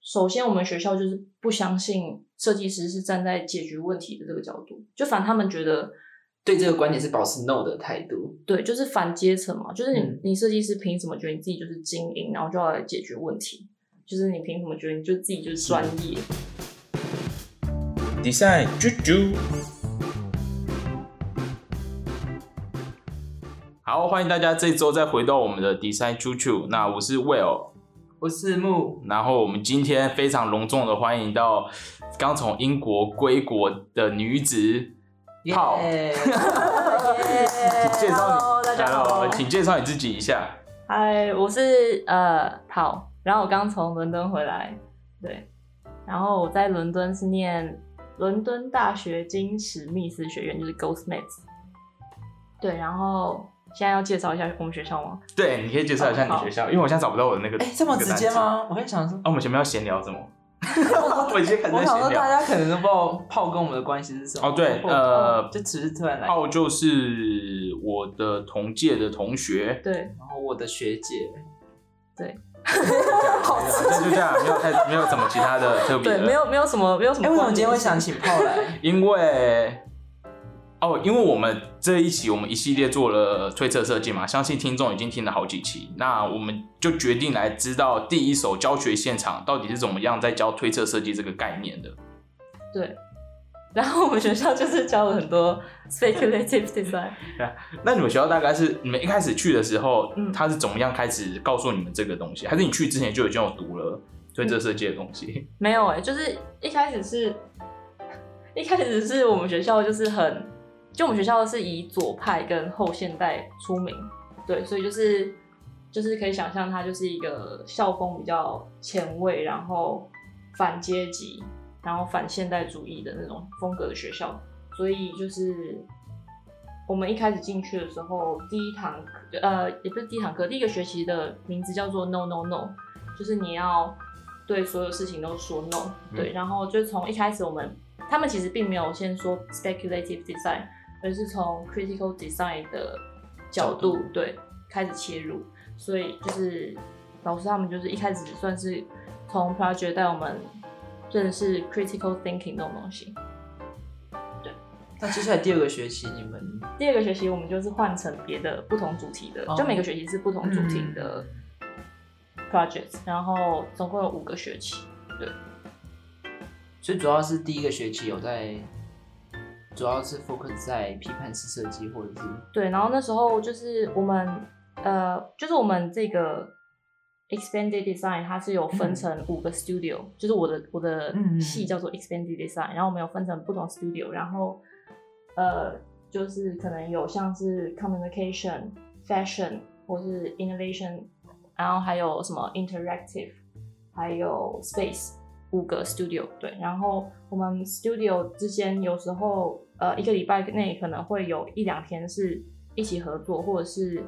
首先我们学校就是不相信设计师是站在解决问题的这个角度，就反正他们觉得对这个观点是保持 no 的态度。对，就是反阶层嘛，就是你、嗯你设计师凭什么觉得你自己就是精英，然后就要来解决问题？就是你凭什么觉得你就自己就是专 业？ Design 啾啾，好，欢迎大家这一周再回到我们的 Design 啾啾。那我是 Will，我是木，然后我们今天非常隆重的欢迎到刚从英国归国的女子 浩。耶哎请介绍你 Hello，大家好 Hello，请介绍你自己一下。嗨，我是呃陶，然后我刚从伦敦回来，对，然后我在伦敦是念伦敦大学金史密斯学院，就是 Goldsmiths，对，然后现在要介绍一下我们学校吗？对，你可以介绍一下你学校，因为我现在找不到我的那个。哎、这么直接吗？我跟你想说那个单词？啊，，我们前面要闲聊什 么？我已经很我在想说闲大聊。家可能都不知道炮跟我们的关系是什么。哦，对，炮呃，就只是突然来，浩就是我的同届的同学，对，然后我的学姐， 好好像就这样，没有太没有什么其他的特别对，的。没有没有什么没有什哎、么关联性。为什么今天会想请炮 来？因为哦，因为我们这一期我们一系列做了推测设计嘛，相信听众已经听了好几期，那我们就决定来知道第一手教学现场到底是怎么样在教推测设计这个概念的。对， 然后我们学校就是教了很多 speculative design，那你们学校大概是你们一开始去的时候，嗯他是怎么样开始告诉你们这个东西，还是你去之前就已经有读了推测设计的东西？没有哎、就是一开始是， 一开始是我们学校就是很，就我们学校是以左派跟后现代出名，对，所以就是就是可以想象它就是一个校风比较前卫，然后反阶级，然后反现代主义的那种风格的学校，所以就是我们一开始进去的时候，第一堂课呃也不是第一堂课，第一个学期的名字叫做 No No No，就是你要对所有事情都说 no，、嗯对，然后就从一开始我们他们其实并没有先说 speculative design，而是从 critical design 的角度角度对开始切入，所以就是老师他们就是一开始算是从 project 带我们认识 critical thinking 这种东西。那接下来第二个学期你们第二个学期我们就是换成别的不同主题的，哦嗯就每个学期是不同主题的 project，、然后总共有五个学期。所以主要是第一个学期有在，主要是 focus 在批判式设计或者是对，然后那时候就是我们呃，就是我们这个 expanded design 它是有分成五个 studio，、就是我的我的嗯嗯嗯嗯系叫做 expanded design，然后我们有分成不同 studio，然后呃，就是可能有像是 communication、fashion 或是 innovation，然后还有什么 interactive，还有 space。五个 studio 对，然后我们 studio 之间有时候呃一个礼拜内可能会有一两天是一起合作，或者是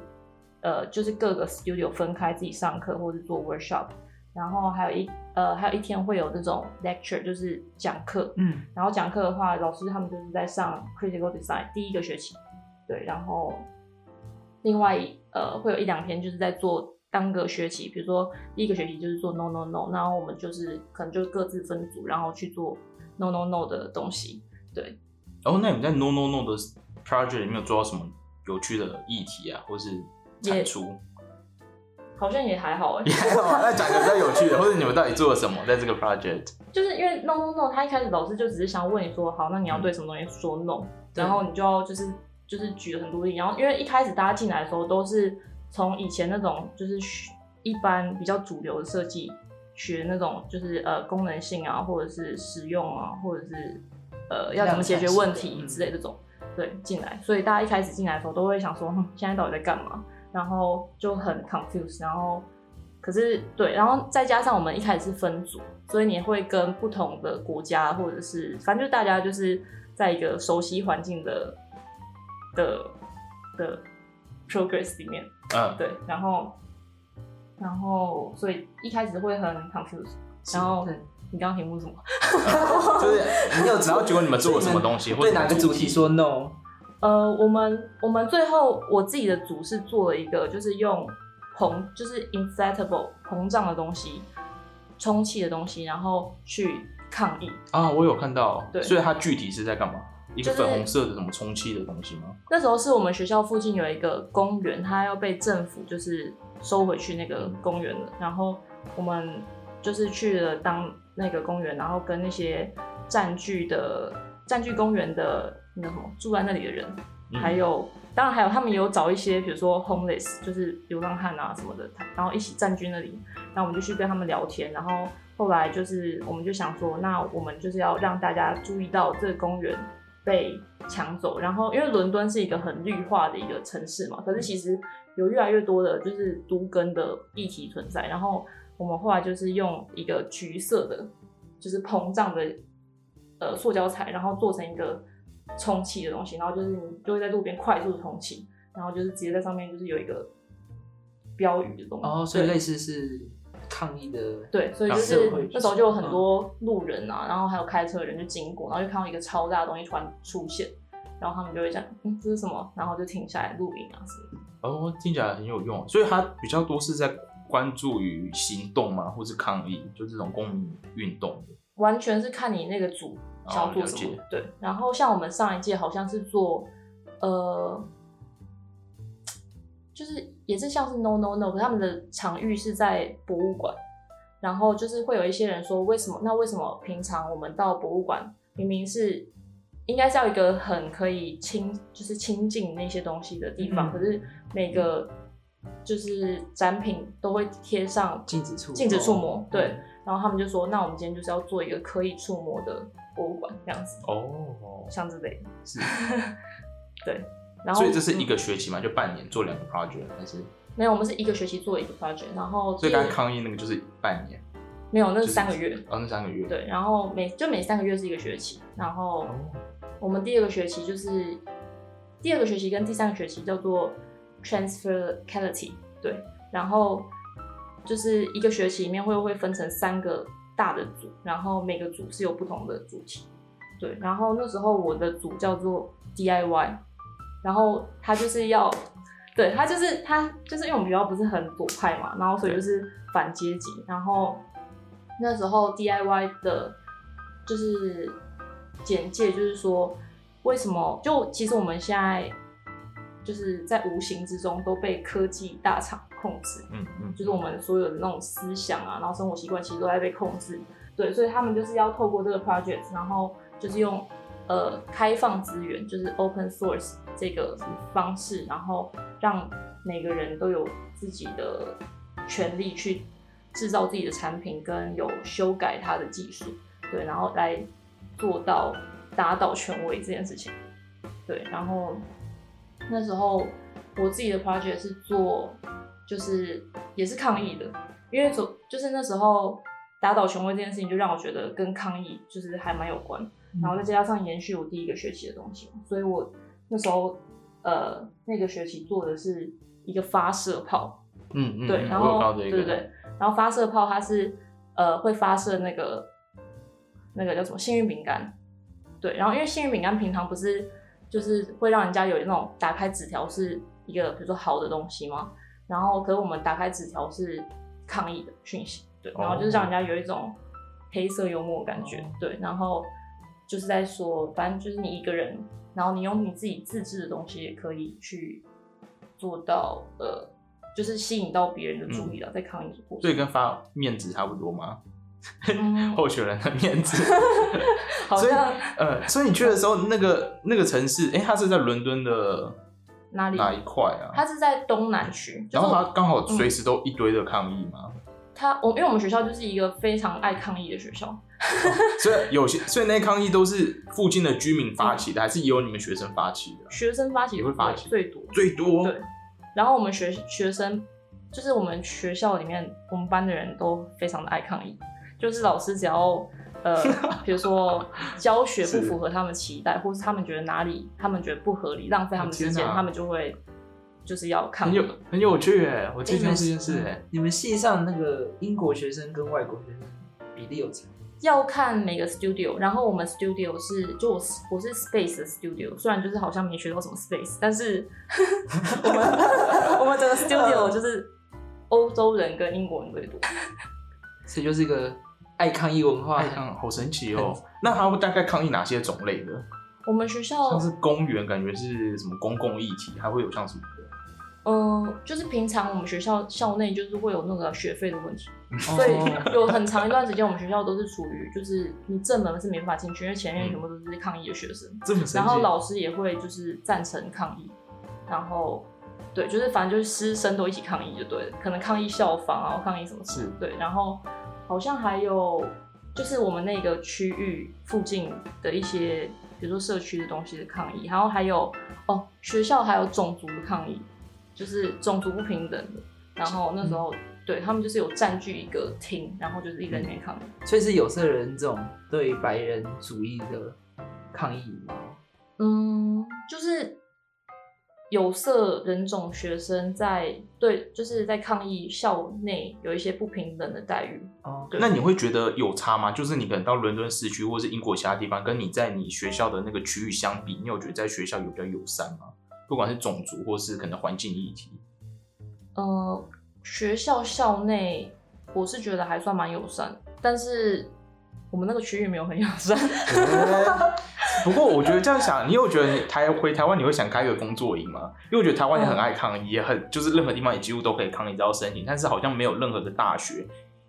呃就是各个 studio 分开自己上课或者做 workshop，然后还有一呃还有一天会有这种 lecture 就是讲课，嗯，然后讲课的话，老师他们就是在上 critical design 第一个学期，对，然后另外呃会有一两天就是在做单个学期，比如说第一个学期就是做 no no no，然后我们就是可能就各自分组，然后去做 no no no 的东西。哦，那你们在 No No No 的 project 里面有做到什么有趣的议题啊，或是也产出？好像也还好哎、 那讲个比较有趣的，或者你们到底做了什么在这个 project？就是因为 no no no，他一开始老师就只是想问你说，好，那你要对什么东西说 no，、对然后你就要就是就是举了很多例，然后因为一开始大家进来的时候都是从以前那种就是一般比较主流的设计学那种就是呃功能性啊，或者是实用啊，或者是呃要怎么解决问题之类这种，对进来，所以大家一开始进来的时候都会想说，哼现在到底在干嘛？然后就很 confused，然后可是对，然后再加上我们一开始是分组，所以你会跟不同的国家或者是反正就大家就是在一个熟悉环境的的的 progress 里面，嗯，对，然后然后所以一开始会很 confused，然后对你刚刚题目是什么？就是你有，哦然后结果你们做了什么东西，或对者哪个主题？说 no？呃，我们我们最后我自己的组是做了一个，就是用膨，就是 inflatable 膨胀的东西，充气的东西，然后去抗议。啊，我有看到，对所以它具体是在干嘛？一个就是粉红色的什么充气的东西吗？那时候是我们学校附近有一个公园，它要被政府就是收回去那个公园了。然后我们就是去了当那个公园，然后跟那些占据的占据公园的那个什么住在那里的人，嗯还有当然还有他们有找一些比如说 homeless 就是流浪汉啊什么的，然后一起占据那里。然后我们就去跟他们聊天，然后后来就是我们就想说，那我们就是要让大家注意到这个公园被抢走。然后因为伦敦是一个很绿化的一个城市嘛，可是其实有越来越多的就是都根的议题存在。然后我们后来就是用一个橘色的，就是膨胀的呃塑胶材，然后做成一个充气的东西，然后就是你就会在路边快速地充气，然后就是直接在上面就是有一个标语的东西。哦，所以对类似是抗议的，对，所以就啊是社会嗯那时候就有很多路人啊，然后还有开车的人就经过，然后就看到一个超大的东西突然出现，然后他们就会想，嗯，这是什么？然后就停下来录影啊什么的。哦，听起来很有用，所以它比较多是在关注于行动嘛，或是抗议，就这种公民运动的。完全是看你那个组哦想要做什了么。解对，然后像我们上一届好像是做，呃，就是也是像是 no no no，可是他们的场域是在博物馆，然后就是会有一些人说，为什么？那为什么平常我们到博物馆明明是应该是要一个很可以亲，就是亲近那些东西的地方，嗯可是每个就是展品都会贴上禁止触禁止触摸嗯，对。然后他们就说，那我们今天就是要做一个可以触摸的博物馆，这样子，哦，像之类的。 是，然后嗯所以这是一个学期嘛，就半年做两个 project，但是没有，我们是一个学期做一个 project，然后所第以一刚刚抗议那个就是半年，没有，那就是三个月，哦，那三个月，，对，然后每就每三个月是一个学期，然后哦，我们第二个学期就是第二个学期跟第三个学期叫做 transferality，对，然后就是一个学期里面会会分成三个大的组，然后每个组是有不同的主题，对，然后那时候我的组叫做 DIY，然后它就是要。对他就是他就是因为我们学校不是很左派嘛，然后所以就是反阶级，然后那时候 DIY 的，就是简介就是说为什么就其实我们现在就是在无形之中都被科技大厂控制，嗯嗯，就是我们所有的那种思想啊，然后生活习惯其实都在被控制。对，所以他们就是要透过这个 project，然后就是用呃开放资源，就是 open source 这个方式，然后让每个人都有自己的权利去制造自己的产品，跟有修改它的技术，对，然后来做到打倒权威这件事情。对，然后那时候我自己的 project 是做，就是也是抗议的，因为所就是那时候打倒权威这件事情，就让我觉得跟抗议就是还蛮有关，嗯然后再加上延续我第一个学期的东西，所以我那时候呃那个学期做的是一个发射炮，嗯嗯，对，嗯然我有后看到这对一对个，对，然后发射炮它是呃会发射那个那个叫什么幸运饼干，对，然后因为幸运饼干平常不是就是会让人家有那种打开纸条是一个比如说好的东西吗？然后可是我们打开纸条是抗议的讯息，对，然后就是让人家有一种黑色幽默的感觉，哦对，然后就是在说，反正就是你一个人，然后你用你自己自制的东西也可以去做到，呃，就是吸引到别人的注意嗯了，在抗议的过所程。以跟发面子差不多吗？ 嗯，候选人的面子。好所以像呃，所以你去的时候，那个那个城市，哎、它是在伦敦的哪里？哪一块啊？它是嗯在东南区，就是然后我它刚好随时都一堆的抗议嘛，它我因为我们学校就是一个非常爱抗议的学校， 所以有些所以那些抗议都是附近的居民发起嗯的，还是由你们学生发起的？学生发起也会发起最多，最多对然后我们学学生，就是我们学校里面，我们班的人都非常的爱抗议，就是老师只要呃， 比如说教学不符合他们期待，或是他们觉得哪里他们觉得不合理，浪费他们时间，天哪他们就会就是要抗很议有。很有趣哎，我最你喜欢们这件事哎嗯。你们系上那个英国学生跟外国学生比例有差？要看每个 studio，然后我们 studio 是就我是我是 space 的 studio，虽然就是好像没学到什么 space，但 是我 们我们整个 studio 就是欧洲人跟英国人最多。这就是一个爱抗议文化爱。抗好神奇哦。那它会大概抗议哪些种类的？我们学校像是公园，感觉是什么公共议题，还会有像什么的？嗯，就是平常我们学校校内就是会有那个学费的问题，所哦以有很长一段时间我们学校都是处于就是你正门是没办法进去，因为前面全部都是抗议的学生，这么神奇。然后老师也会就是赞成抗议，然后对，就是反正就是师生都一起抗议就对了，可能抗议校方啊，抗议什么是事，对，然后好像还有就是我们那个区域附近的一些，比如说社区的东西的抗议，然后还有哦学校还有种族的抗议，就是种族不平等的，然后那时候、对他们就是有占据一个厅，然后就是一个人在那边抗议。 所以是有色人种对白人主义的抗议吗？嗯，就是有色人种学生在对，就是在抗议校内有一些不平等的待遇。哦，对那你会觉得有差吗？就是你可能到伦敦市区或是英国其他地方，跟你在你学校的那个区域相比，你有觉得在学校有比较友善吗？不管是种族或是可能环境议题，呃，学校校内我是觉得还算蛮友善，但是我们那个区域没有很友善。 不过我觉得这样想，你有觉得台回台湾你会想开一个工作营吗？因为我觉得台湾也很爱抗议，也很就是任何地方也几乎都可以抗议，只要申请，但是好像没有任何的大学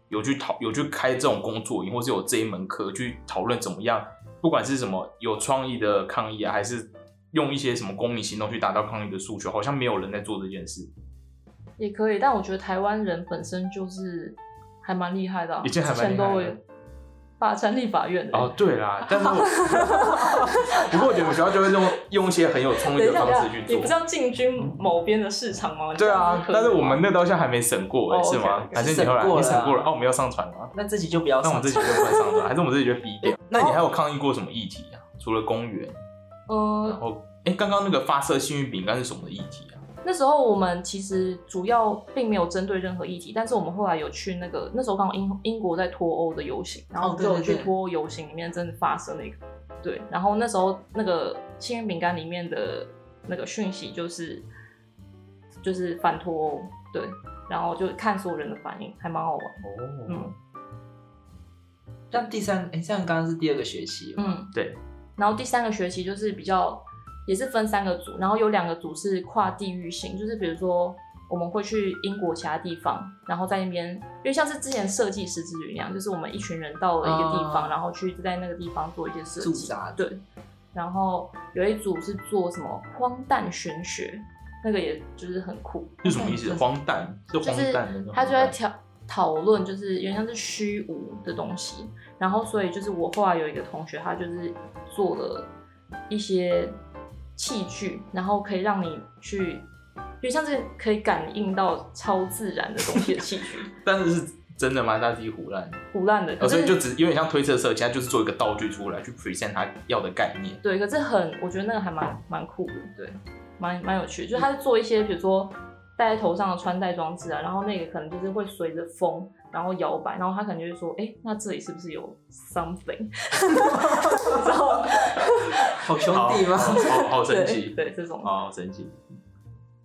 有去讨有去开这种工作营，或是有这一门课去讨论怎么样，不管是什么有创意的抗议啊，还是用一些什么公民行动去达到抗议的诉求，好像没有人在做这件事，也可以，但我觉得台湾人本身就是还蛮厉害的、啊，已经还蛮之前都厉害的有霸占立法院的、哦，对啦，但是我 不过我觉得我们学校就会用用一些很有创意等的一下，方等式一下，去你做不是。要进军某边的市场吗？对这啊，样子可以但是我吗们那到现在还没审过哎、哦是吗？ OK，OK 还是你后来审过了啊你审过了？哦，我们要上传吗？那自己就不要哦 那我上们自己就不会上传，还是我们自己就逼掉？那你还有抗议过什么议题啊？除了公园，嗯然，后哎，刚刚那个发射幸运饼干是什么议题啊？那时候我们其实主要并没有针对任何议题，但是我们后来有去那个那时候刚好英英国在脱欧的游行，然后我们就有哦对去对对脱欧游行里面真的发生了一个对，然后那时候那个幸运饼干里面的那个讯息就是就是反脱欧，对，然后就看所有人的反应，还蛮好玩。哦，嗯但第三，哎， 像刚刚是第二个学期哦，嗯，对。然后第三个学期就是比较也是分三个组，然后有两个组是跨地域性，就是比如说我们会去英国其他地方，然后在那边，因为像是之前设计师之旅那样，就是我们一群人到了一个地方，啊然后去在那个地方做一些设驻计。扎对，然后有一组是做什么荒诞玄学，那个也就是很酷。是什么意思？荒诞是嗯就荒是诞的那种。他就在讨讨论，就是有点像是虚无的东西。然后，所以就是我后来有一个同学，他就是做了一些器具，然后可以让你去，就像是可以感应到超自然的东西的器具，但是是真的吗？大地胡乱，腐烂的，哦可所是以就只有点像推测设计，它就是做一个道具出来去 present 它要的概念。对，可是很，我觉得那个还蛮蛮酷的，对，蛮蛮有趣的。就是他是做一些，比如说戴在头上的穿戴装置啊，然后那个可能就是会随着风然后摇摆，然后他可能就会说，哎、那这里是不是有 something？然后好兄弟吗？ 哦好好好神对奇，哦对这种好神奇。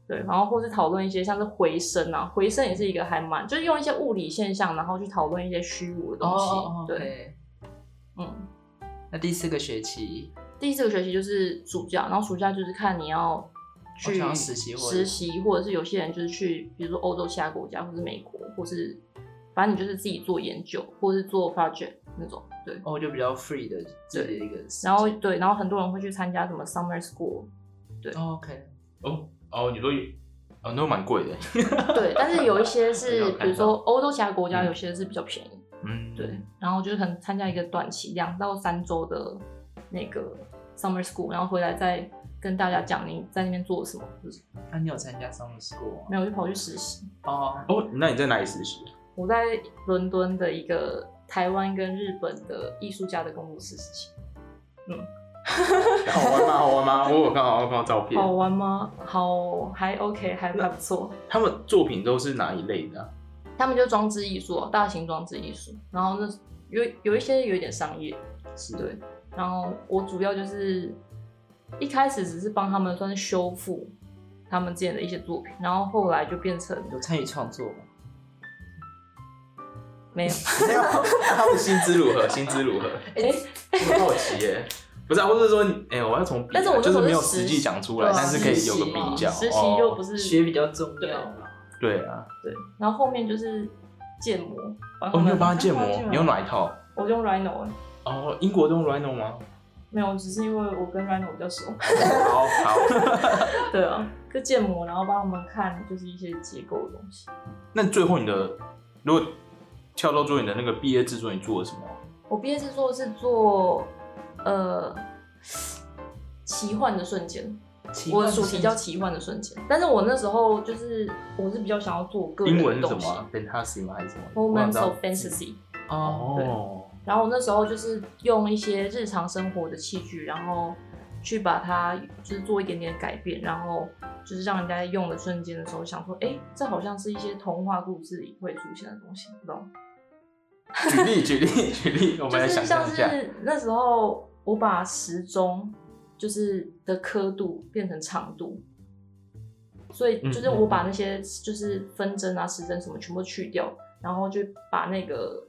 对，然后或是讨论一些像是回声啊，回声也是一个还蛮，就是用一些物理现象，然后去讨论一些虚无的东西。哦，对，对。嗯。那第四个学期，第四个学期就是暑假，然后暑假就是看你要去哦想要实习或者实习或者是有些人就是去，比如说欧洲其他国家，或是美国，或是反正你就是自己做研究，或是做 project 那种，对。哦，就比较 free 的自己的一个时间。然后对，然后很多人会去参加什么 summer school，哦 OK，哦哦，你说有哦，那蛮贵的。对，但是有一些没是有看到比如说欧洲其他国家嗯有些是比较便宜，嗯，对。然后就是可能参加一个短期两到三周的那个 summer school，然后回来再跟大家讲你在那边做了什么，就是那你有参加 summer school 吗？没有就跑去实习。哦，哦，那你在哪里实习？我在伦敦的一个台湾跟日本的艺术家的工作室实习，好玩吗？好玩吗？我有看好看到照片好，玩吗？好，还 OK，还还不错。他们作品都是哪一类的啊、他们就装置艺术、大型装置艺术，然后那有有一些有一点商业，是对。然后我主要就是一开始只是帮他们算是修复他们之前的一些作品，然后后来就变成有参与创作吗？没 有，没有，那他们薪资如何？薪资如何？哎我很好奇耶。不是、啊，或者说，哎、我要从比较，但是我那时就候是是没有实实际习讲出来，对啊但是可以有实个习比较。实习又不哦、是学比较重要啦。对啊，对，然后后面就是建模，然后哦，后你面有帮他建模，你用哪一套？我用 Rhino，欸哦，英国都用 Rhino 吗？没有，只是因为我跟 Rhino 比较熟。好 好， 对啊， 就建模，然后帮我们看就是一些结构的东西。那最后你的如果跳到最后你的那个毕业制作，你做了什么？我毕业制作是做呃奇幻的瞬间，奇我幻的的主瞬题间叫奇幻的瞬间，但是我那时候就是我是比较想要做个人英的文是什东西么啊？Fantasy 吗？还是什么 Moments of 我想知道 Fantasy。哦，然后我那时候就是用一些日常生活的器具，然后去把它就是做一点点改变，然后就是让人家用的瞬间的时候想说，哎，这好像是一些童话故事里会出现的东西，你知道吗？举例举例举例，我们就来想是象像一下。是那时候我把时钟就是的刻度变成长度。所以就是嗯嗯我把那些就是分针啊、时针什么全部去掉，然后就把那个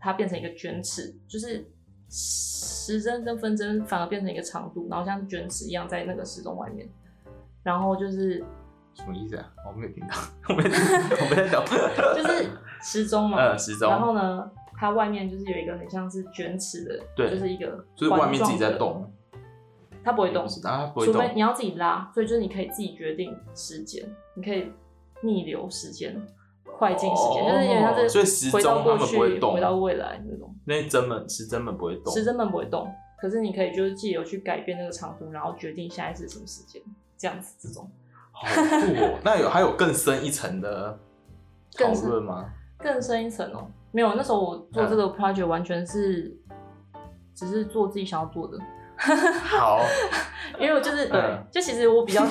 它变成一个卷尺，就是时针跟分针反而变成一个长度，然后像卷尺一样在那个时钟外面。然后就是什么意思啊？我没有听到，我没有听到，我没有懂。就是时钟嘛，嗯，时钟，然后呢，它外面就是有一个很像是卷尺的，对就是一个就是外面自己在环状的，动，它不会动，啊，不会除非你动。要自己拉，所以就是你可以自己决定时间，你可以逆流时间、快进时间，哦就是有点像是所以时钟回到过他们去、不会动啊回到未来那种。那些针门是针门不会动，时针们不会动，可是你可以就是借由去改变那个长度，然后决定下一次什么时间，这样子这种好酷哦。那有还有更深一 层的讨更深论吗？更深一层哦、没有，那时候我嗯做这个 project 完全是只是做自己想要做的， 好，因为我就是对嗯，就其实我比较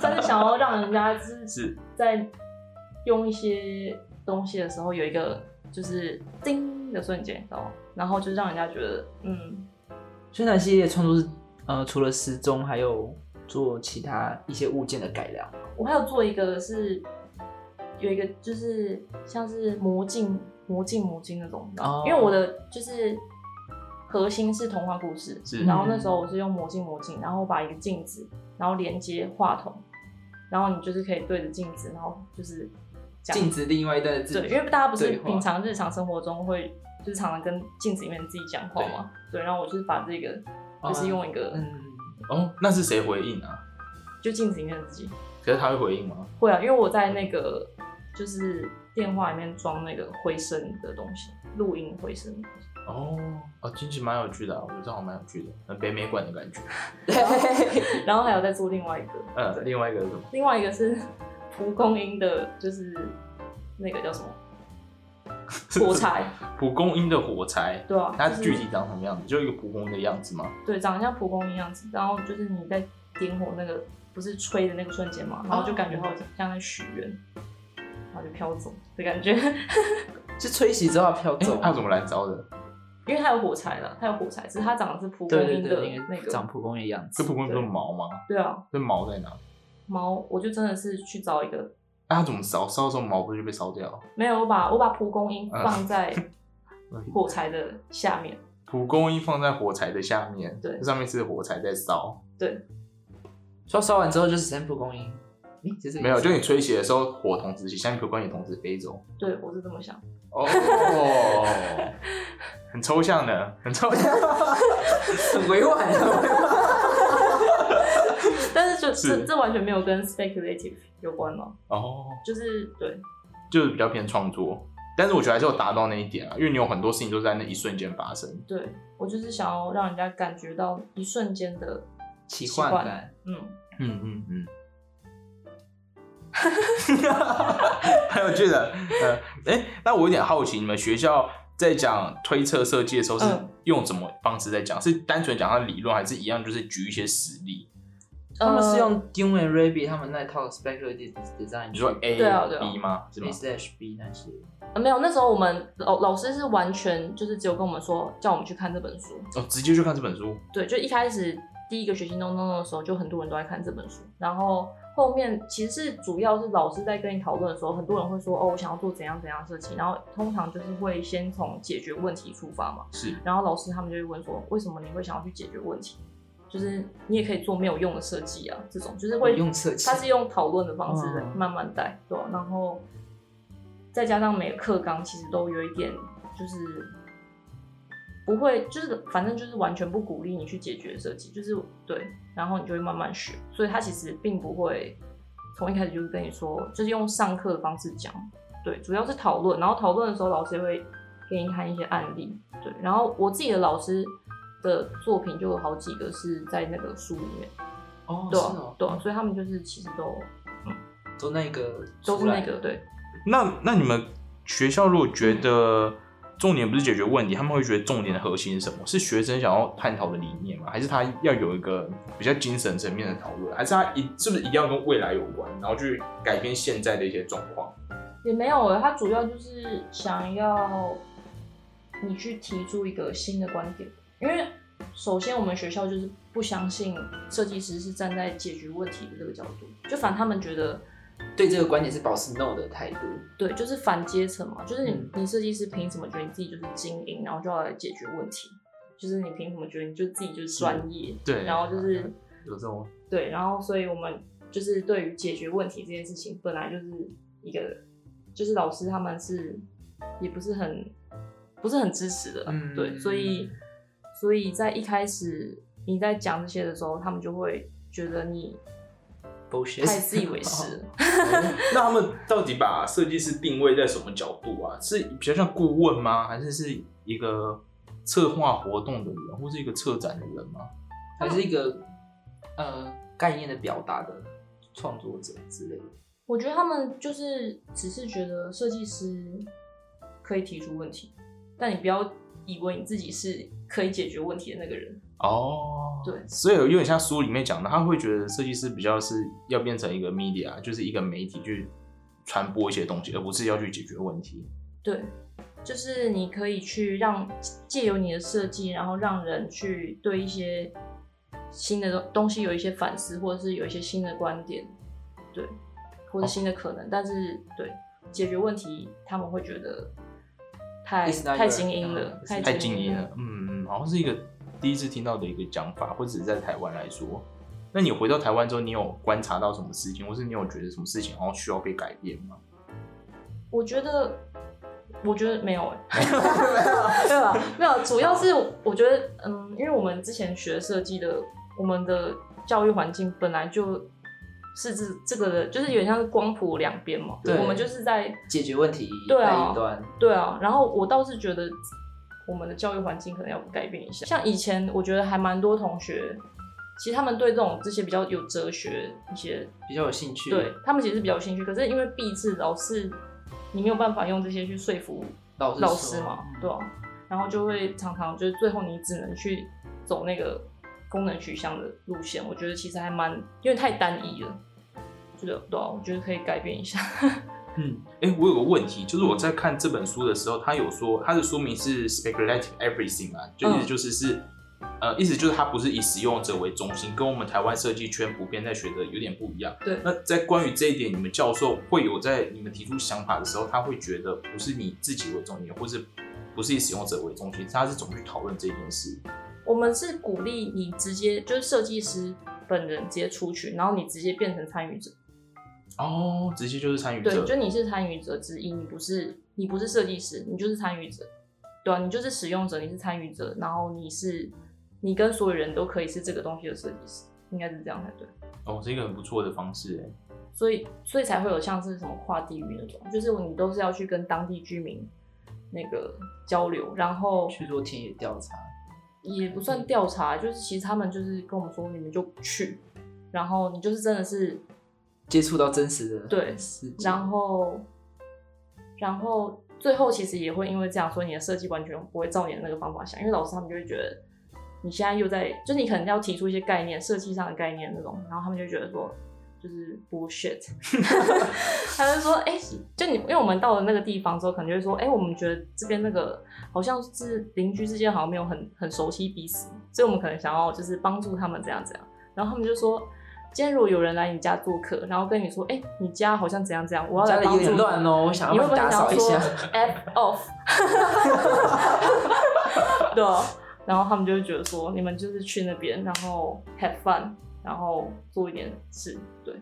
真的想要让人家就是 是在用一些东西的时候有一个就是叮的瞬间，你知道吗？然后就让人家觉得嗯，所以那系列创作是呃，除了时钟，还有做其他一些物件的改良。我还有做一个是有一个就是像是魔镜魔镜魔镜那种，你知道吗哦因为我的就是核心是童话故事，是 然后那时候我是用魔镜魔镜，然后把一个镜子，然后连接话筒，然后你就是可以对着镜子，然后就是讲镜子另外一端的自对，己，因为大家不是对话平常日常生活中会就是常常跟镜子里面自己讲话嘛，对，然后我就是把这个就是用一个、嗯，哦，那是谁回应啊？就镜子里面的自己可是他会回应吗？会啊，因为我在那个就是电话里面装那个回声的东西，录音回声的东西。哦，哦，听起来蛮有趣的、啊，我觉得这好像蛮有趣的，很北美馆的感觉。 然后还有再做另外一个，嗯，另外一个是什么？另外一个是蒲公英的，就是那个叫什么火柴， 蒲公英的火柴，对啊，它就是具体长什么样子？就一个蒲公英的样子吗？对，长得像蒲公英样子，然后就是你在点火那个不是吹的那个瞬间嘛，然后就感哦觉好像在许愿，然后就飘走的感觉， 是吹熄之后它飘哎、走，它怎么来招的？因为它有火柴了，它有火柴，只是它长的是蒲公对对英的对，那那个个，长蒲公英的样这子。蒲公英不是毛吗？对啊，这毛在哪？毛，我就真的是去找一个，那、它怎么烧？烧的时候毛不是就被烧掉了？没有，我把我把蒲公英啊嗯放在火柴的下面，蒲公英放在火柴的下面，对上面是火柴在烧，所以烧完之后就是剩蒲公英。诶，这是没有，就你吹熄的时候，火同时起，下面蒲公英也同时飞走。对我是这么想， 哦，很抽象的，很抽象。很 委婉 的。但是就是这这完全没有跟 speculative 有关了，哦，就是对就是比较偏创作，但是我觉得还是有达到那一点啊，因为你有很多事情都在那一瞬间发生。对，我就是想要让人家感觉到一瞬间的，奇幻感，嗯。嗯嗯嗯。 还有觉得，呃，哎、那我有点好奇，你们学校在讲推测设计的时候是嗯用什么方式在讲？是单纯讲它理论，还是一样就是举一些实例？他们呃是用 d u m a n Rabbit 他们那套 speculative design，你说 A、对啊对啊 B 吗？是 A 吗？ slash B 那些，呃没有，那时候我们老老师是完全就是只有跟我们说，叫我们去看这本书。哦，直接去看这本书。对，就一开始第一个学期弄弄弄的时候，就很多人都在看这本书，然后后面其实是主要是老师在跟你讨论的时候，很多人会说哦，我想要做怎样怎样的事情，然后通常就是会先从解决问题出发嘛。是然后老师他们就会问说，为什么你会想要去解决问题？就是你也可以做没有用的设计啊，这种就是会有用设计他是用讨论的方式嗯慢慢带，对啊、然后再加上每个课纲其实都有一点就是不会，就是反正就是完全不鼓励你去解决设计，就是对，然后你就会慢慢学，所以他其实并不会从一开始就是跟你说，就是用上课的方式讲，对，主要是讨论，然后讨论的时候老师也会给你看一些案例，对，然后我自己的老师的作品就有好几个是在那个书里面，哦，对、啊是哦，对、啊，所以他们就是其实都都那个都是出来那个对，那那你们学校如果觉得重点不是解决问题，他们会觉得重点的核心是什么？是学生想要探讨的理念吗？还是他要有一个比较精神层面的讨论？还是他一是不是一定要跟未来有关，然后去改变现在的一些状况？也没有欸，他主要就是想要你去提出一个新的观点，因为首先我们学校就是不相信设计师是站在解决问题的这个角度，就反正他们觉得对这个观点是保持 no 的态度，对，就是反阶层嘛，就是你嗯你设计师凭什么觉得你自己就是精英，然后就要来解决问题？就是你凭什么觉得你就自己就是专业？对然后就是有这 种对，然后所以我们就是对于解决问题这件事情，本来就是一个，就是老师他们是也不是很不是很支持的，嗯对，所以所以在一开始你在讲这些的时候，他们就会觉得你 bullshit，太自以 为是了。 那他们到底把设计师定位在什么角度啊？是比较像顾问吗？还是是一个策划活动的人，或是一个策展的人吗？还是一个呃概念的表达的创作者之类的。我觉得他们就是只是觉得设计师可以提出问题，但你不要以为你自己是可以解决问题的那个人。哦，对所以有点像书里面讲的，他会觉得设计师比较是要变成一个 media，就是一个媒体去传播一些东西，而不是要去解决问题。对，就是你可以去让借由你的设计，然后让人去对一些新的东东西有一些反思，或者是有一些新的观点，对，哦或者新的可能。但是对解决问题，他们会觉得太 It's not 太 your- 精英了嗯，太精精英了了。，嗯嗯，好像是一个第一次听到的一个讲法，或者只是在台湾来说。那你回到台湾之后，你有观察到什么事情，或是你有觉得什么事情然后需要被改变吗？我觉得，我觉得没有、欸，没有啦，没有，啊主要是我觉得，嗯，因为我们之前学设计的，我们的教育环境本来就是这这个的，就是有点像是光谱两边嘛，对我们就是在解决问题对啊那一端，对啊，然后我倒是觉得我们的教育环境可能要改变一下。像以前，我觉得还蛮多同学，其实他们对这种这些比较有哲学一些，比较有兴趣。对，他们其实是比较有兴趣。可是因为毕制老师，你没有办法用这些去说服老师嗯老老师嘛，对、啊，然后就会常常就是最后你只能去走那个功能取向的路线。我觉得其实还蛮因为太单一了，觉得对啊，我觉得可以改变一下。嗯，哎、我有个问题，就是我在看这本书的时候，他有说他的书名是 speculative everything 啊，就嗯意思就是是、呃，意思就是它不是以使用者为中心，跟我们台湾设计圈普遍在学的有点不一样。对那在关于这一点，你们教授会有在你们提出想法的时候，他会觉得不是你自己为中心，或是不是以使用者为中心，他是怎么去讨论这件事？我们是鼓励你直接就是设计师本人直接出去，然后你直接变成参与者。哦，直接就是参与对，者就。你是参与者之一，你不是你不是设计师，你就是参与者。对啊，你就是使用者，你是参与者，然后你是你跟所有人都可以是这个东西的设计师，应该是这样才对。哦，是一个很不错的方式哎。所以所以才会有像是什么跨地域那种，就是你都是要去跟当地居民那个交流，然后去做田野调查，也不算调查，就是其实他们就是跟我们说，你们就去，然后你就是真的是接触到真实的对世界。然后，然后最后其实也会因为这样，所以你的设计完全不会照你的那个方法想，因为老师他们就会觉得你现在又在，就是你可能要提出一些概念，设计上的概念那种，然后他们就觉得说就是 bullshit，他就说哎、就你，因为我们到了那个地方之后，可能就会说哎、我们觉得这边那个好像是邻居之间好像没啊有很很熟悉彼此，所以我们可能想要就是帮助他们这样这样，然后他们就说。今天如果有人来你家做客，然后跟你说，哎、你家好像怎样怎样，我要家来里帮有助点你乱哦，我想你要会帮不会你打想扫一说下。 F off？对啊，然后他们就会觉得说，你们就是去那边，然后 have fun，然后做一点事，对。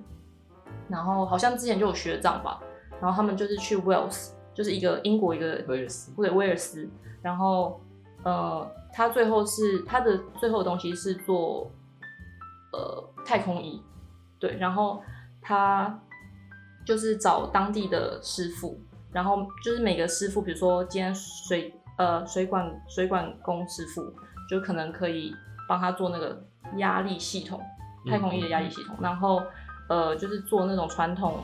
然后好像之前就有学长吧，然后他们就是去 Wales，就是一个英国一个威尔斯对威尔斯，然后呃，他最后是他的最后的东西是做呃太空衣，对，然后他就是找当地的师傅，然后就是每个师傅，比如说今天水呃水管水管工师傅，就可能可以帮他做那个压力系统，太空衣的压力系统，然后呃就是做那种传统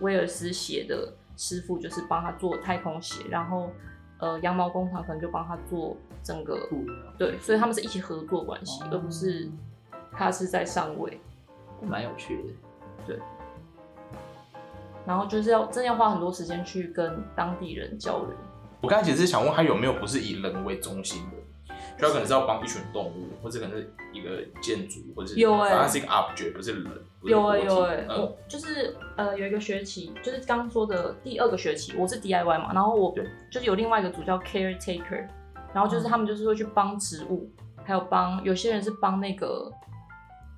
威尔斯鞋的师傅，就是帮他做太空鞋，然后呃羊毛工厂可能就帮他做整个布料对，所以他们是一起合作关系，哦而不是他是在上位。蛮有趣的。然后就是要真的要花很多时间去跟当地人交流。我刚才其实是想问，他有没有不是以人为中心的？就他可能是要帮一群动物，或者可能是一个建筑，或者是有欸反正它是一个 object，不是人，不是有哎、活体有哎、嗯我就是呃有一个学期，就是刚说的第二个学期，我是 DIY 嘛，然后我对就是有另外一个组叫 caretaker，然后就是他们就是会去帮植物，还有帮有些人是帮那个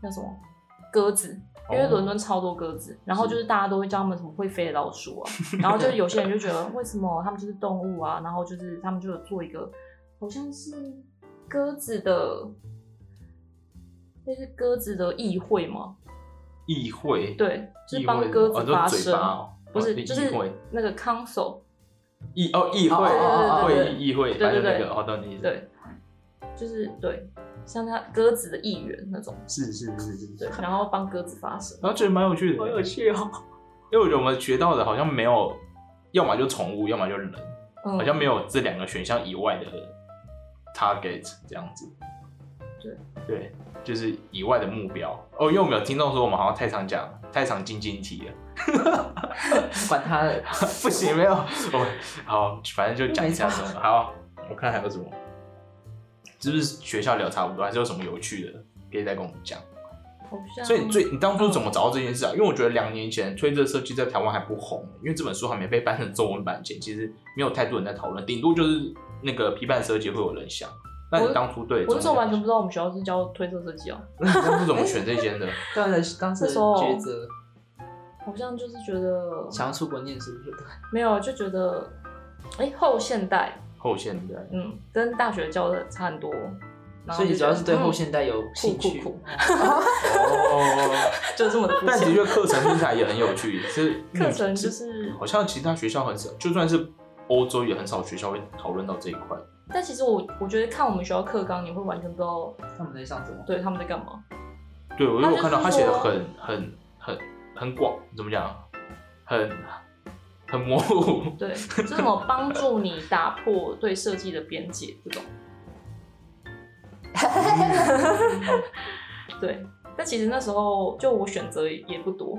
那什么鸽子。因为哦伦敦超多鸽子，然后就是大家都会叫他们什么会飞的老鼠啊，然后就是有些人就觉得为什么他们就是动物啊，然后就是他们就有做一个好像是鸽子的，那是鸽子的议会吗？议会，对，就是议帮会鸽哦子就发是声，嘴巴哦不哦是，对就是议会那个 council，议哦议会哦哦哦哦会对议议会，对对反正对那个哦，懂你意思，对，就是对，像他鸽子的议员那种，是是是是对是，，然后帮鸽子发声，然后觉得蛮有趣的，趣哦。因为我觉得我们学到的好像没有，要么就宠物，要么就人，嗯，好像没有这两个选项以外的 target 这样子。对对，就是以外的目标。哦，因为我们有听众说我们好像太常讲太常晶晶体了， 管 他的，不行，没有。我好，反正就讲一下这种。好，我看还有什么，是不是学校聊差不多，还是有什么有趣的可以再跟我们讲？好像，所以你最你当初怎么找到这件事啊？因为我觉得两年前推这设计在台湾还不红，因为这本书还没被翻成中文版前，其实没有太多人在讨论，顶多就是那个批判设计会有人想。那你当初对我那时候完全不不，知道我们学校是教推测设计哦， 那你当初怎么选这间的？当时当时那时候抉择好像就是觉得想要出国念书，就没有，啊就觉得哎、后现代，后现代嗯，跟大学教的差很多，然后所以你就觉主要得是对后嗯现代有兴趣。 酷酷酷哦， 就这么的肤但的浅，确课程听起来也很有趣，是 课程就嗯是好像其他学校很少，就算是欧洲也很少学校会讨论到这一块。但其实我我觉得看我们学校课纲，你会完全不知道他们在上什么？对他们在干嘛。对，我因为我看到他写的那就很很很很广，怎么讲？很很模糊。 对，就是什么帮助你打破对设计的边界这种。对，但其实那时候就我选择也不多，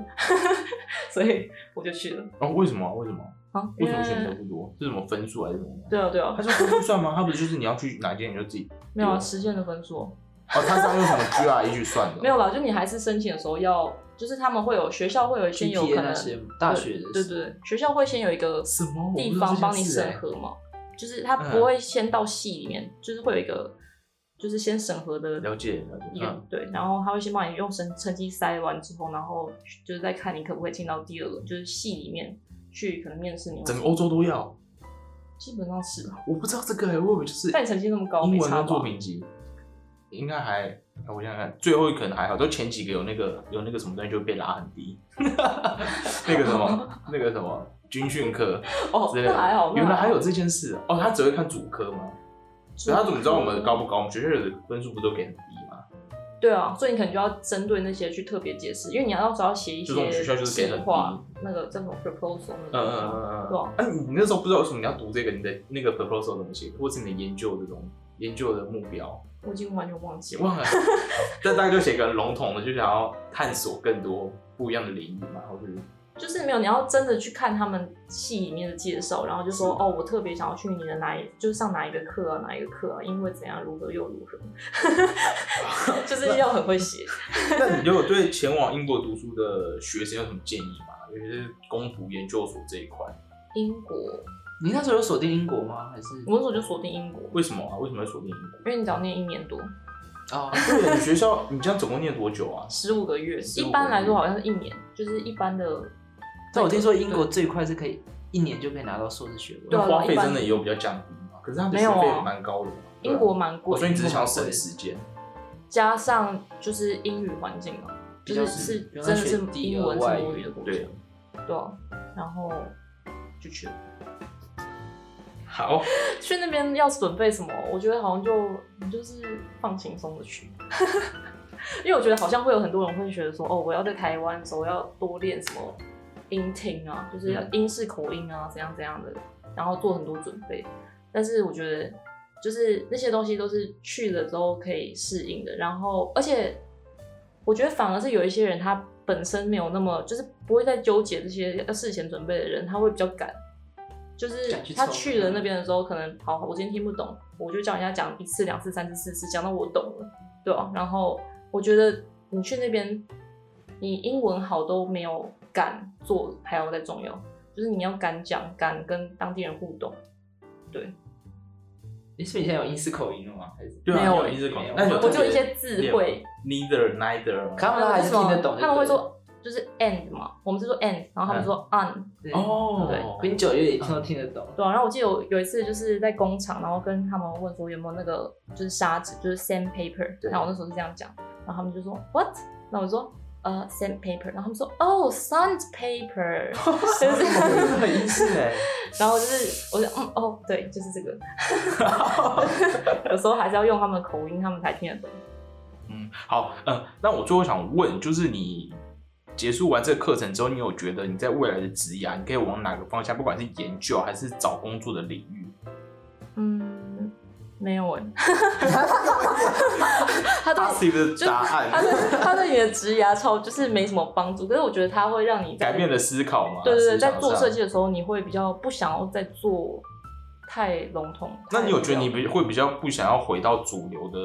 所以我就去了哦，为什么啊？为什么？啊。为什么选因择为不多？是什么分数还是什么？对啊对啊它，是分数算吗？它不是就是你要去哪间你就自己没有啊，实现的分数哦，它是要用什么 GRE 去算的？ 没有吧？就你还是申请的时候要，就是他们会有学校会有先有 GPA 可那能些大学的对对对，学校会先有一个什么我不知道地方帮你这件事嗯欸审核嘛，就是他不会先到系里面，就是会有一个就是先审核的了解了一解。个、嗯，对，然后他会先帮你用成成绩筛完之后，然后就是再看你可不可以进到第二轮，就是系里面去可能面试你会整个欧洲都要，基本上是吧，我不知道这个欸，我以为就是但你成绩那么高英没文差跟作吧？品集应该还。我想想看，最后可能还好，都前几个有那个有那个什么东西就被拉很低， 那个什么那个什么军训课哦，之类的，那还好，那原来还有这件事哦，他只会看主科吗？所以他怎么知道我们高不高？我们学校的分数不都给很低吗？对啊，所以你可能就要针对那些去特别解释，因为你要到时候要写一就是我些们学校就是给计很划低，那个叫什么 proposal 那种嗯嗯嗯嗯对嗯啊。哎、你那时候不知道为什么你要读这个，你的那个 proposal 怎么写，或是你的研究这种研究的目标，我已经完全忘记也了。 忘了。但大概就写个笼统的，就想要探索更多不一样的领域嘛，或者就是没有，你要真的去看他们戏里面的介绍，然后就说哦，我特别想要去你的哪一，就是上哪一个课啊，哪一个课啊，因为怎样如何又如何，就是要很会写。 那你有对前往英国读书的学生有什么建议吗？尤其是攻读研究所这一块，英国，你那时候有锁定英国吗？还是我那时候就锁定英国，为什么啊？为什么要锁定英国？因为你只要念一年多，哦，对，你学校你这样总共念多久啊？十五个月， 15个月一般来说好像是一年，就是一般的。但我听说英国最快是可以一年就可以拿到硕士学位。 对那啊花费真的也有比较降低嘛？可是它的没学有费啊蛮高的嘛。对啊英国蛮我贵，所以你只是想要英省国时间。加上就是英语环境嘛，比就较是是是比较真的是选第英二文外是语母语的国家，对对啊，然后就去了。好， 去那边要准备什么？我觉得好像就你就是放轻松的去， 因为我觉得好像会有很多人会觉得说，哦，我要在台湾的时候要多练什么音听啊，就是要英式口音啊，怎样怎样的，然后做很多准备。但是我觉得就是那些东西都是去了之后可以适应的，然后而且我觉得反而是有一些人他本身没有那么就是不会再纠结这些要事前准备的人，他会比较赶，就是敢去他凑嗯去了那边的时候，可能好我今天听不懂，我就叫人家讲一次、两次、三次、四次，讲到我懂了，对吧、然后我觉得你去那边，你英文好都没有敢做还要再重要，就是你要敢讲，敢跟当地人互动。你是不是现在有英式口音了吗？还是对啊，没有你有一直广没有，那你我特就别一些字汇念吗，neither neither 吗可他啊们都还是听得懂就对了嗯他们会说就是 and 嘛，我们是说 and，然后他们说 on，、 哦，冰酒有点听都听得懂。对啊。然后我记得有有一次就是在工厂，然后跟他们问说有没有那个就是砂纸，就是 sandpaper，对然后我那时候是这样讲，然后他们就说 what，那我说呃 sandpaper，然后他们说哦 sandpaper，就是很英式欸哎，然后就是我就嗯哦对，就是这 个，有时候还是要用他们的口音，他们才听得懂。嗯，好，嗯，那我最后想问，就是你结束完这个课程之后，你有觉得你在未来的职涯，你可以往哪个方向，不管是研究还是找工作的领域？嗯，没 有哎、 他对 Passive 的答他案对他对你的职涯超就是没什么帮助，可是我觉得他会让你在改变了思考吗？对对对，思想在做上设计的时候，你会比较不想要再做太笼统。那你有觉得你太无比聊会比较不想要回到主流的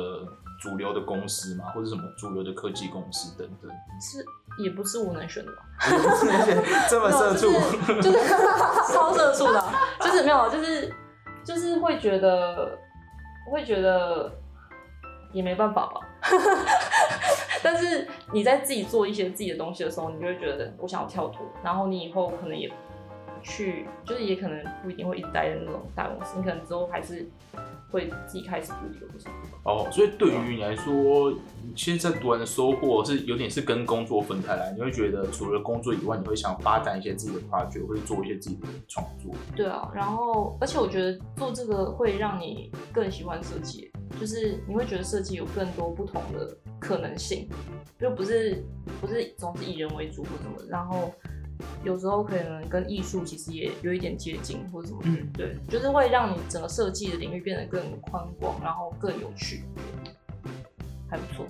主流的公司吗？或者什么主流的科技公司等 等？是也不是我能选的吧？这么社畜，就是就是 超社畜的啊，就是没有，就是就是会觉得会觉得也没办法吧。 但是你在自己做一些自己的东西的时候，你就会觉得我想要跳脱，然后你以后可能也去，就是也可能不一定会一直待在那种大公司，你可能之后还是会自己开始独立或什么。哦，所以对于你来说，你现在读完的收获是有点是跟工作分开来，你会觉得除了工作以外，你会想发展一些自己的发掘，或者做一些自己的创作。对啊，然后而且我觉得做这个会让你更喜欢设计，就是你会觉得设计有更多不同的可能性，就不是不是总是以人为主或什么的，然后有时候可能跟艺术其实也有一点接近或什么的，嗯对，就是会让你整个设计的领域变得更宽广，然后更有趣，还不错。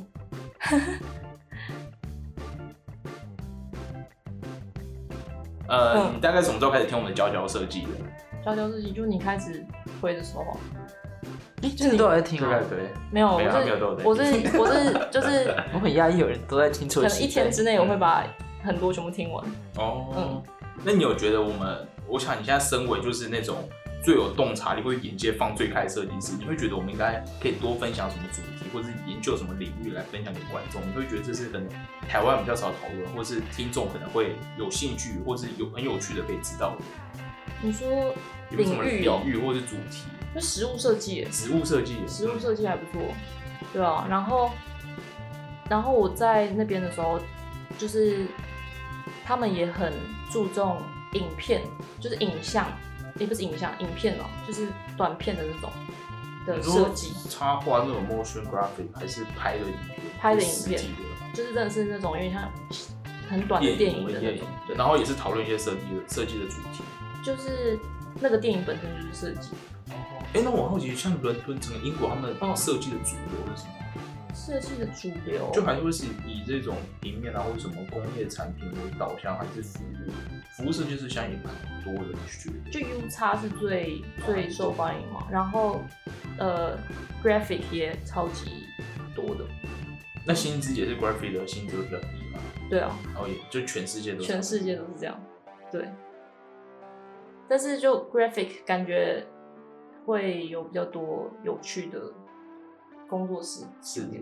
呃，嗯你大概什么时候开始听我们的佼佼设计的？娇娇设计就是你开始推的时候啊，哎，真的都有在听对啊对，对，没有，我没有啊没是有都有在我是我是 就是。我很压抑，有人都在听错。可能一天之内我会把很多全部听完。哦嗯，那你有觉得我们？我想你现在身为就是那种最有洞察力、会眼界放最开的设计师，你会觉得我们应该可以多分享什么主题，或者是研究什么领域来分享给观众？你会觉得这是可能台湾比较少讨论，或是听众可能会有兴趣，或是有很有趣的可以知道的？你说有没有什么领域哦领域或是主题？就实物设计耶，植物设计也是实物设计还不错，对啊。然后，然后我在那边的时候，就是他们也很注重影片，就是影像，也不是影像，影片哦，就是短片的那种的你说设计，插画那种 motion graphic，还是拍的影片？拍的影片实体的就是真的是那种有点像很短的电影的那电种，对影，然后也是讨论一些设计的设计的主题。就是那个电影本身就是设计。哎、那我好奇，像伦敦整个英国，他们嗯设计的主流是什么？设计的主流，就还是会是以这种平面啊或者什么工业产品为导向，还是服务？服务设计师现在也蛮多人学的，就 U 叉是最最受欢迎嘛，然后呃，graphic 也超级多的，那薪资也是 graphic 的薪资会比较低嘛，对啊，然后也就全世界都全世界都是这样，对。但是就 graphic 感觉会有比较多有趣的工作室，是的。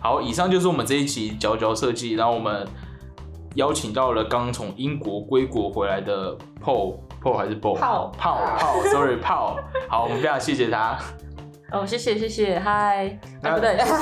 好，以上就是我们这一期佼佼设计，然后我们邀请到了刚从英国归国回来的 Paul。Paul 还是 Paul？ Paul Paul Paul Sorry Paul。好，我们非常谢谢哎他。哦，谢谢谢谢，嗨，啊不对，谢谢。